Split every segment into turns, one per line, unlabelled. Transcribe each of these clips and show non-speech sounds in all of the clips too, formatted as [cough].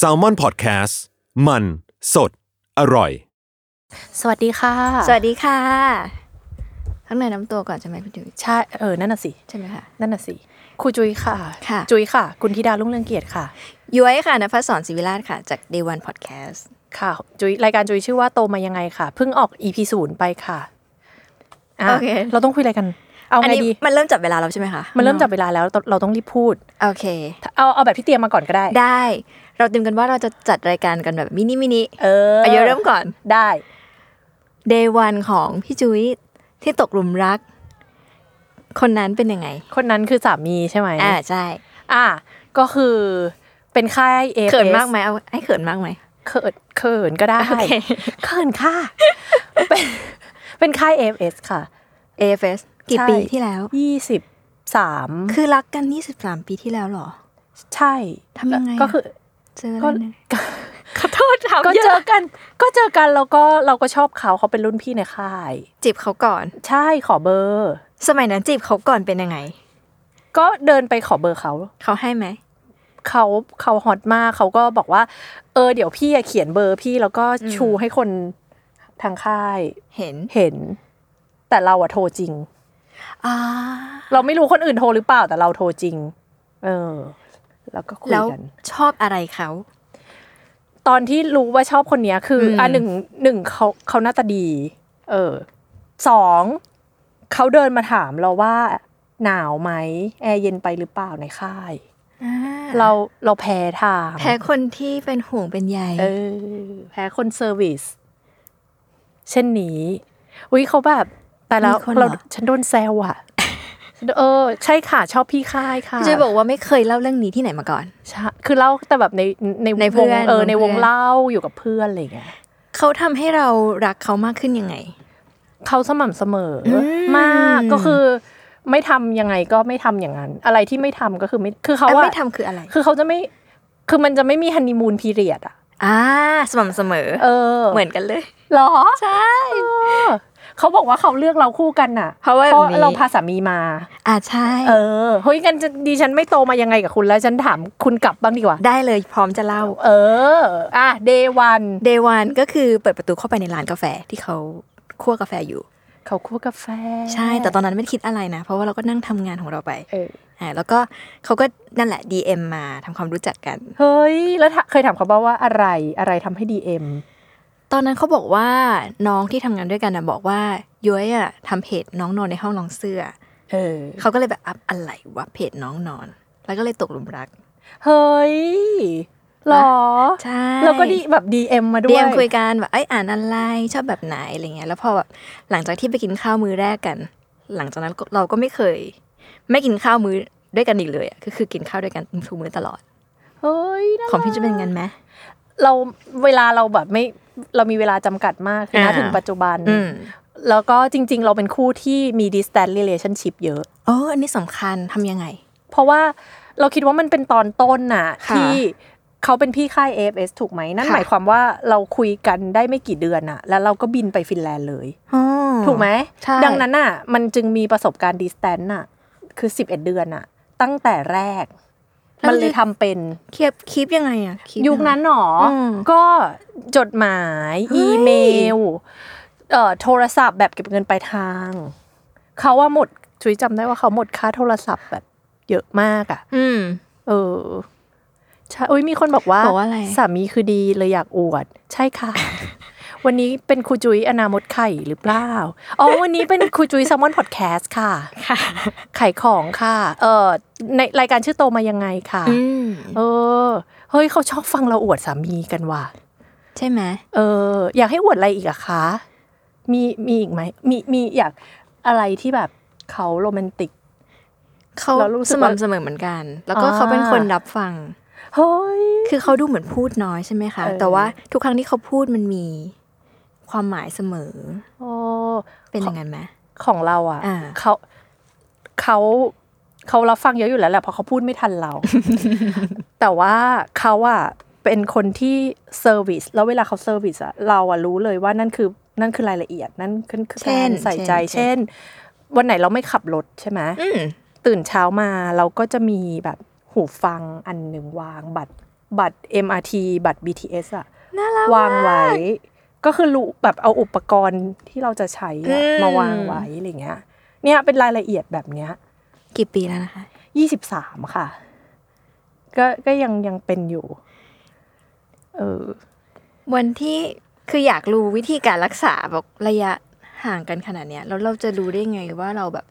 s a l m o n PODCAST มันสดอร่อย
สวัสดีค่ะ
สวัสดีค่ะ ข้างในน้ำตัวก่อนใช่ไหมคุณจุ๋ย
ใช่เออ นั่นน่ะสิ
ใช่ไหมคะ
นั่นน่ะสิ ครูจุยค่ะ
ค่ะ
จุยค่ะ คุณธิดาลุ่งเรืองเกียรติค่ะ
ย้อยค่ะนภัสสอนศิวิราชค่ะ จาก Day One Podcast
ค่ะ จุยรายการจุยชื่อว่าโตมายังไงค่ะ เพิ่งออก EP ศูนย์ไปค่ะะ
โอเค
เราต้องคุยอะไรกัน เอา
อัน
ไง
นี้
ดี
มันเริ่มจับเวลาแล้วใช่ไหมคะ
มันเริ่มจับเวลาแล้วเราต้องรีบพูด
โอเค
เอาเอาแบบที่เตรียมมาก่อนก็ได้
ได้ เราเตรียมกันว่าเราจะจัดรายการกันแบบมินิมินิ
เออ
เดี๋ยวเริ่มก่อน
ได้
Day One ของพี่จุ๋ยที่ตกหลุมรัก คนนั้นเป็นยังไง
คนนั้นคือสามีใช่ไหม
อ่าใช่
อ่า ก็คือเป็นค่ายเอ
เขินมากไหมเอาให้เขินมากไหม
เขินเขินก็ได้
โอเค
เขินค่ะเป็นเป็นค่าย AFS ค่ะ
AFS กี่
ใช่
ปีที่แล้ว
ยี่สิบสาม
คือรักกัน 23 ปีที่แล้วเหรอ
ใช่
ทำยังไงอะ
ก็คือ
เจออะไร
ก็
เนี่ย
ก็ [laughs]
ขอโทษถาม
ก็
เย
เจ
อะ
อกัน ก็เจอกันแล้วก็เราก็ชอบเขาเขาเป็นรุ่นพี่ในค่าย
จีบเขาก่อน
ใช่ขอเบอร์
สมัยนั้นจีบเขาก่อนเป็นยังไง
ก็เดินไปขอเบอร์เขา
เขาให้ไหม
เขาเขาฮอตมากเขาก็บอกว่า เออเดี๋ยวพี่อะเขียนเบอร์พี่แล้วก็ชูให้คนทางค่าย
เห็น
เห็น แต่เราอะโทรจริง
อ่า
เราไม่รู้คนอื่นโทรหรือเปล่าแต่เราโทรจริง เออ แล้วก็คุย
แล้ว
กัน
ชอบอะไรเขา
ตอนที่รู้ว่าชอบคนเนี้ยคือ
ม
อ่ะหนึ่งหนึ่งเขาเขาหน้าตาดี เออสองเขาเดินมาถามเราว่าหนาวไหมแอร์เย็นไปหรือเปล่าในค่าย เราเราแพ้ทาง
แพ้คนที่เป็นห่วงเป็นใย
เออแพ้คนเซอร์วิสเช่นนี้อุ้ยเขาแบบแต่แล้วเราฉันโดนแซวอ่ะ เออ ใช่ค่ะชอบพี่ค่ายค่ะ
จะบอกว่าไม่เคยเล่าเรื่องนี้ที่ไหนมาก่อน
ใช่ คือเล่าแต่แบบในใน
ใน
ว
เพื่
ง
อน
เออ
วง
ในวง
เพื่อน
เล่าอยู่กับเพื่อนอะไรอย่างเงี้ย
เขาทำให้เรารักเขามากขึ้นยังไง
เขาสม่ำเสมออ
ม
มากก็คือ ไม่ทำยังไงก็ไม่ทำอย่างนั้น อะไรที่ไม่ทำก็คือไม่คือเขา
แอป
ว่า
ไม่ทำคืออะไร
คือเขาจะไม่คือมันจะไม่มีฮันนีมูนพีเรียดอ่ะ
อ่าสม่ำเสมอ
เออ
เหมือนกันเลย
เหรอ
ใช่
เออเขาบอกว่าเขาเลือกเราคู่กันน่ะ
เพราะว่าแบบนี้
เราพาสามีมา
อ่าใช่
เออเฮ้ยกันจะดีฉันไม่โตมายังไงกับคุณแล้วฉันถามคุณกลับบ้างดีกว่า
ได้เลยพร้อมจะเล่า
เออ อ่ะเดวัน
Day One ก็คือเปิดประตูเข้าไปในร้านกาแฟที่เขาคั่วกาแฟอยู่
เขาคั่วกาแฟ
ใช่ แต่ตอนนั้นไม่ได้คิดอะไรนะ เพราะว่าเราก็นั่งทำงานของเราไป
เออ
อ่าแล้วก็เขาก็นั่นแหละ DM มาทำความรู้จักกัน
เฮ้ยแล้วถ้าเคยถามเขาบ้างว่าอะไรอะไรทำให้ดีเอ็ม
ตอนนั้นเขาบอกว่าน้องที่ทำงานด้วยกันนะบอกว่าย้อยอ่ะทำเพจน้องนอนในห้องน้องเสื้อ
เออ
เขาก็เลยแบบอัพอะไรวะเพจน้องนอน แล้วก็เลยตกหลุมรัก
เฮ้ยหรอ
ใช่
แล้วก็ดีแบบดีเอ็มมาด้ว
เดี
ย
ยมคุยกันแบบไอ้ยอ่านอะไรชอบแบบไหนอะไรเงี้ยแล้วพอแบบหลังจากที่ไปกินข้าวมื้อแรกกัน หลังจากนั้นก็เราก็ไม่เคย ไม่กินข้าวมื้อด้วยกันอีกเลยอ่ะก็คือกินข้าวด้วยกันทุกมื้อตลอด
เฮ้ยน่า
ของพี่จะเป็นงั้นไหม
เราเวลาเราแบบไม่เรามีเวลาจำกัดมากคือนะ
อ่า
ถึงปัจจุบัน
อืม
แล้วก็จริง ๆ เราเป็นคู่ที่มี distance relationship เยอะ
โอ้อันนี้สำคัญทำยังไง
เพราะว่าเราคิดว่ามันเป็นตอนต้นน่ะ
ค่ะ
ที่เขาเป็นพี่ค่าย AFS ถูกไหม นั่น
ค่ะ
หมายความว่าเราคุยกันได้ไม่กี่เดือนน่ะ แล้วเราก็บินไปฟินแลนด์เลย
อ๋อ
ถูกไหม
ใช่
ดังนั้นน่ะ มันจึงมีประสบการณ์ดิสแตนน่ะ คือ 11 เดือนน่ะ ตั้งแต่แรก มันเลยทำเป็น
เคียบคลิปยังไงอะลิป
ยุคนั้นหนออ
ม
ก็จดหมาย
เฮ้ย
อีเมล เอ่อ โทรศัพท์แบบเก็บเงินปลายทาง เขาว่าหมดชุยจำได้ว่าเขาหมดค่าโทรศัพท์แบบเยอะมากอ่ะ
อืม
เออ ใช่อุ้ยมีคนบอกว่า
บอกว่าอะไร
สามีคือดีเลยอยากอวด ใช่ค่ะ [laughs] วันนี้เป็นครูจุ้ยอนาคตไข่หรือเปล่า อ๋อ วันนี้เป็นครูจุ้ยแซมมอนพอดแคสต์ค่ะ
ค่ะ
ไข่ของค่ะ เออในรายการชื่อโตมายังไงค่ะ
อืม
เออ เฮ้ย เขาชอบฟังเราอวดสามีกันว่ะ
ใช่ไหม
เออ อยากให้อวดอะไรอีกอะคะ มีมีอีกไหม มีมีอยากอะไรที่แบบเขาโรแมนติก
เขา
เรารู้สึก
ส
ว่า
ม่ำเสมอเหมือนกัน แล้วก็
อ่า
เขาเป็นคนรับฟัง
เฮ้ย
คือเขาดูเหมือนพูดน้อยใช่ไหมคะ
เออ
แต่ว่าทุกครั้งที่เขาพูดมันมีความหมายเสมอ
โอ้
เป็นอย่างนั้นไหม
ของเราอ่ะ
อ่า
เขาเขาเขารับฟังเยอะอยู่แล้วแหละเพราะเขาพูดไม่ทัน
[laughs]
เรา แต่ว่าเขาอ่ะเป็นคนที่เซอร์วิสแล้วเวลาเขาเซอร์วิสอ่ะเราอ่ะรู้เลยว่านั่นคือนั่นคือรายละเอียดนั่นคือคือ
เช่น
การใส่ใจ
เช่น
เช่น วันไหนเราไม่ขับรถใช่ไหม
อืม
ตื่นเช้ามาเราก็จะมีแบบหูฟังอันหนึ่งวางบัตรบัตร MRT บัตร BTS อ่ะ
น่ารัก
วางไว้
มาก
ก็คือรู้แบบเอาอุปกรณ์ที่เราจะใช้อะ
อืม
มาวางไว้อะไรเงี้ย เนี่ยเป็นรายละเอียดแบบเนี้ย
กี่ปีแล้วนะคะ
ยี่สิบสามค่ะ ก็ก็ยังยังเป็นอยู่ เออ
วันที่คืออยากรู้วิธีการรักษาแบบระยะห่างกันขนาดเนี้ยแล้วเราจะรู้ได้ไงว่าเราแบบ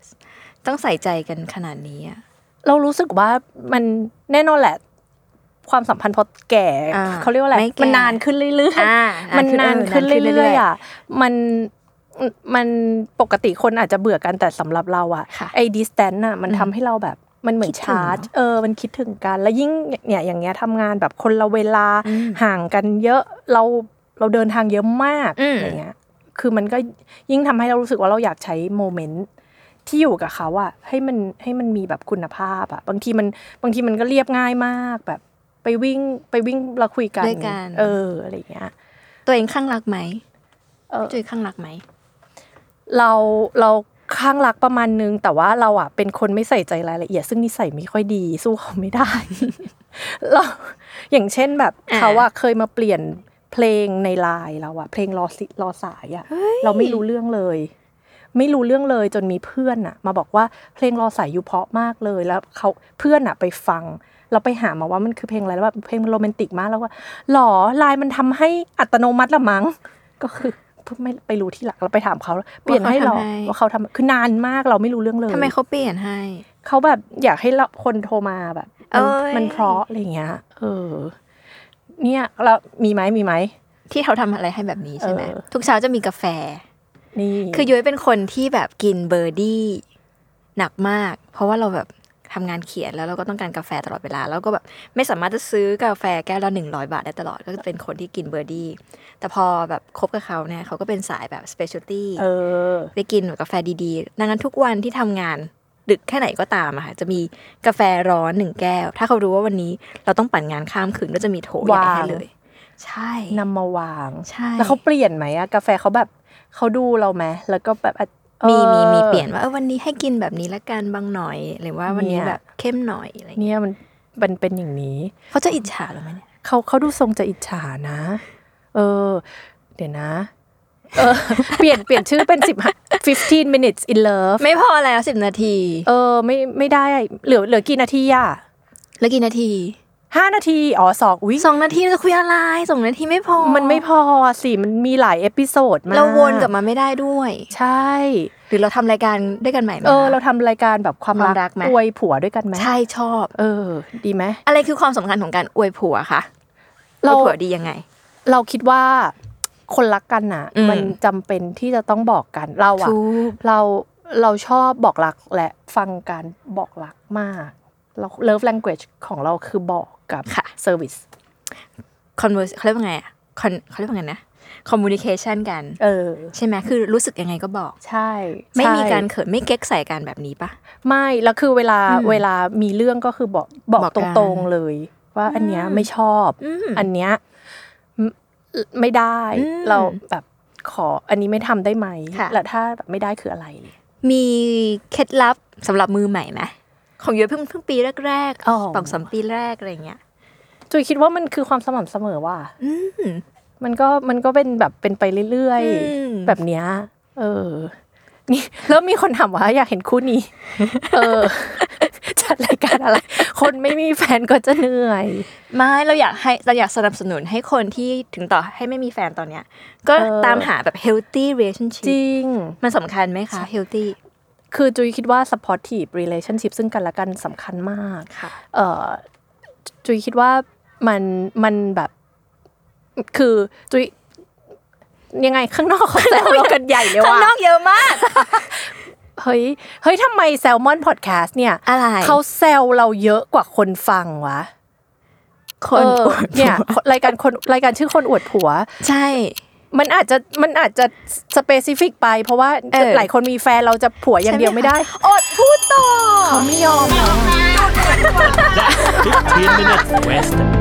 ต้องใส่ใจกันขนาดนี้อะ
เรารู้สึกว่ามันแน่นอนแหละ ความสัมพันธ์พอแก่
อ่า
เขาเรียกว่าอะไร
ไม่แก่
มันนานขึ้นเรื่อยๆ
อ่า
มันนานขึ้นเรื่อยๆ
ๆ
อ่ะ มันมันปกติคนอาจจะเบื่อกันแต่สำหรับเราอ่ะ
ค่ะ
ไอ้ดิสแตนน่ะมัน
อืม
ทำให้เราแบบมันเหมือน
คิดถึง
ชาร์จ
เนอะ
เออ มันคิดถึงกัน แล้วยิ่งเนี่ยอย่างเงี้ยทำงานแบบคนละเวลา
อืม
ห่างกันเยอะเราเราเดินทางเยอะมาก
อืม
อะไรเงี้ย คือมันก็ยิ่งทำให้เรารู้สึกว่าเราอยากใช้โมเมนต์ที่อยู่กับเขาอะให้มันให้มันมีแบบคุณภาพอะบางทีมันบางทีมันก็เรียบง่ายมากแบบ ไปวิ่งไปวิ่งเราคุยกัน
ด้วยกัน
เอออะไรเงี้ย
ตัวเองข้างรักไหม
เออ
จุยข้างรักไหม
เราเราข้างรักประมาณนึง แต่ว่าเราอ่ะเป็นคนไม่ใส่ใจรายละเอียด ซึ่งนิสัยไม่ค่อยดี สู้เขาไม่ได้ [laughs] เราอย่างเช่นแบบ
อ่า
เขาอ่ะเคยมาเปลี่ยนเพลงในไลน์เราอ่ะเพลงรอสิรอสายอ่ะ เราไม่รู้เรื่องเลย ไม่รู้เรื่องเลยจนมีเพื่อนอ่ะ มาบอกว่าเพลงรอสายอยู่เพราะมากเลยแล้วเขาเพื่อนอ่ะไปฟังเราไปหามาว่ามันคือเพลงอะไรแล้วแบบเพลงมันโรแมนติกมากแล้วว่าหรอไลน์มันทำให้อัตโนมัติละมั้ง ก็คือเพิ่งไม่ไปรู้ที่หลักเราไปถามเขาเปลี่ยนให้หรอ
ทำให้
ว่าเขาทำคือนานมากเราไม่รู้เรื่องเลย
ทำไมเขาเปลี่ยนให้
เขาแบบอยากให้เราคนโทรมาแบบมัน
เอ้ย
มันเพราะอะไรอย่างเงี้ยเออ เนี่ยเรามีไหมมีไหม
ที่เขาทำอะไรให้แบบนี้ใช่ไหม
เออ
ทุกเช้าจะมีกาแฟ
นี่
คือย้อยเป็นคนที่แบบกินเบอร์ดี้หนักมาก เพราะว่าเราแบบทำงานเขียนแล้วเราก็ต้องการกาแฟตลอดเวลา แล้วก็แบบไม่สามารถจะซื้อกาแฟแก้วละหนึ่งร้อยบาทได้ตลอดก็จะเป็นคนที่กินเบอร์ดี้แต่พอแบบคบกับเขาเนี่ยเขาก็เป็นสายแบบสเปเชียลตี้
เออ
ไปกินแบบกาแฟดีๆดังนั้นทุกวันที่ทำงานดึกแค่ไหนก็ตามอะค่ะจะมีกาแฟร้อนหนึ่งแก้ว ถ้าเขารู้ว่าวันนี้เราต้องปั่นงานข้ามคืนก็จะมีโถอย่าว
าง
งให้เลย ใช่
นำมาวาง
ใช่
แล้วเขาเปลี่ยนไหมอะกาแฟเขาแบบเขาดูเราไหมแล้วก็แบบอ่ะ
มีมี
ออ
มีเปลี่ยนว่าเออวันนี้ให้กินแบบนี้ละกันบางหน่อย หรือว่าวันนี้แบบเข้มหน่อยอะไรเงี้ย
เนี่ยมันมันเป็นอย่างนี้
เขาจะอิจฉาหรือไหมเนี่ย
เขาเขาดูทรงจะอิจฉานะ เออ เดี๋ยวนะ เออ เปลี่ยนเปลี่ยนชื่อเป็นสิบ15 minutes in love
ไม่พอแล้วสิบนาที
เออ ไม่ไม่ได้เหลือเหลือกี่นาทีอะ
แล้วกี่นาที
ห้านาที อ๋อสองอุ้ย
สองนาทีเราจะคุยอะไรสองนาทีไม่พอ
มันไม่พอสิ มันมีหลายเอพิโซดมาก
เราวนกลับมาไม่ได้ด้วย
ใช่
หรือเราทำรายการด้วยกันใหม่ไหม
เออ
คะ
เราทำรายการแบบความ
ความรั
รั
ก
ก
ไหม
อวยผัวด้วยกันไหม
ใช่ชอบ
เออ ดีไหม
อะไรคือความสำคัญของการอวยผัวคะ
เรา
อวยผัวดียังไง
เราคิดว่าคนรักกันน่ะ
อืม
มันจำเป็นที่จะต้องบอกกันเราอะ
ถูก
เราเราชอบบอกรักและฟังการบอกรักมาก เรา love language ของเราคือบอกกับ
ค่ะ
service
converse เขาเรียกว่าไงอะ con เขาเรียกว่าไงนะ communication กัน
เออ
ใช่ไหมคือรู้สึกยังไงก็บอก
ใช่
ไม่
ใช่
มีการเขินไม่เก๊กใส่กันแบบนี้ปะ
ไม่ แล้วคือเวลา
อืม
เวลามีเรื่องก็คือบอกบอ
บอก กกั
ต
น
รงๆเลย ว่าอันเนี้ยไม่ชอบ อันเนี้ยไม่ไม่ได้
อืม
เราแบบขออันนี้ไม่ทำได้ไหม
ค่ะ
และถ้าแบบไม่ได้คืออะไร
มีเคล็ดลับสำหรับมือใหม่ไหมของเยอะเพิ่งเพิ่งปีแรก
อ๋อ
สองสามปีแรกอะไรเงี้ย
จุยคิดว่ามันคือความสม่ำเสมอว่า
อืม
มันก็มันก็เป็นแบบเป็นไปเรื่อย
อืม
ๆ แบบเนี้ยเออ นี่ [laughs] เริ่มมีคนถามว่าอยากเห็นคู่นี้
[laughs]
เออ [laughs] จัดรายการอะไร คนไม่มีแฟนก็จะเหนื่อย
ไม่เราอยากให้เราอยากสนับสนุนให้คนที่ถึงต่อให้ไม่มีแฟนตอนเนี้ย ก็
เออ
ตามหาแบบ healthy relationship
จริง
มันสำคัญไหมคะ healthy
คือจุยคิดว่า supportive relationship ซึ่งกันและกันสำคัญมาก
ค่ะ
เออจุยคิดว่ามันมันแบบ คือจุยยังไงข้างนอกเขาแซวเรากันใหญ่เลย
ข้าง
ว่ะ
นอกเยอะมาก
เฮ้ยเฮ้ยทำไมแซลมอนพอดแคสต์เนี่ย
อะไร
เขาแซวเราเยอะกว่าคนฟังวะ
คน
เออ
อวดผัว
เนี่ยรายการคนรายการชื่อคนอวดผัว
ใช่
มันอาจจะมันอาจจะสเปซิฟิกไป เพราะว่า
เออ
หลายคนมีแฟนเราจะผัวอย่างเดียวไม่ได้
อดพูดต่อเขาไม่ยอม
15 minutes west.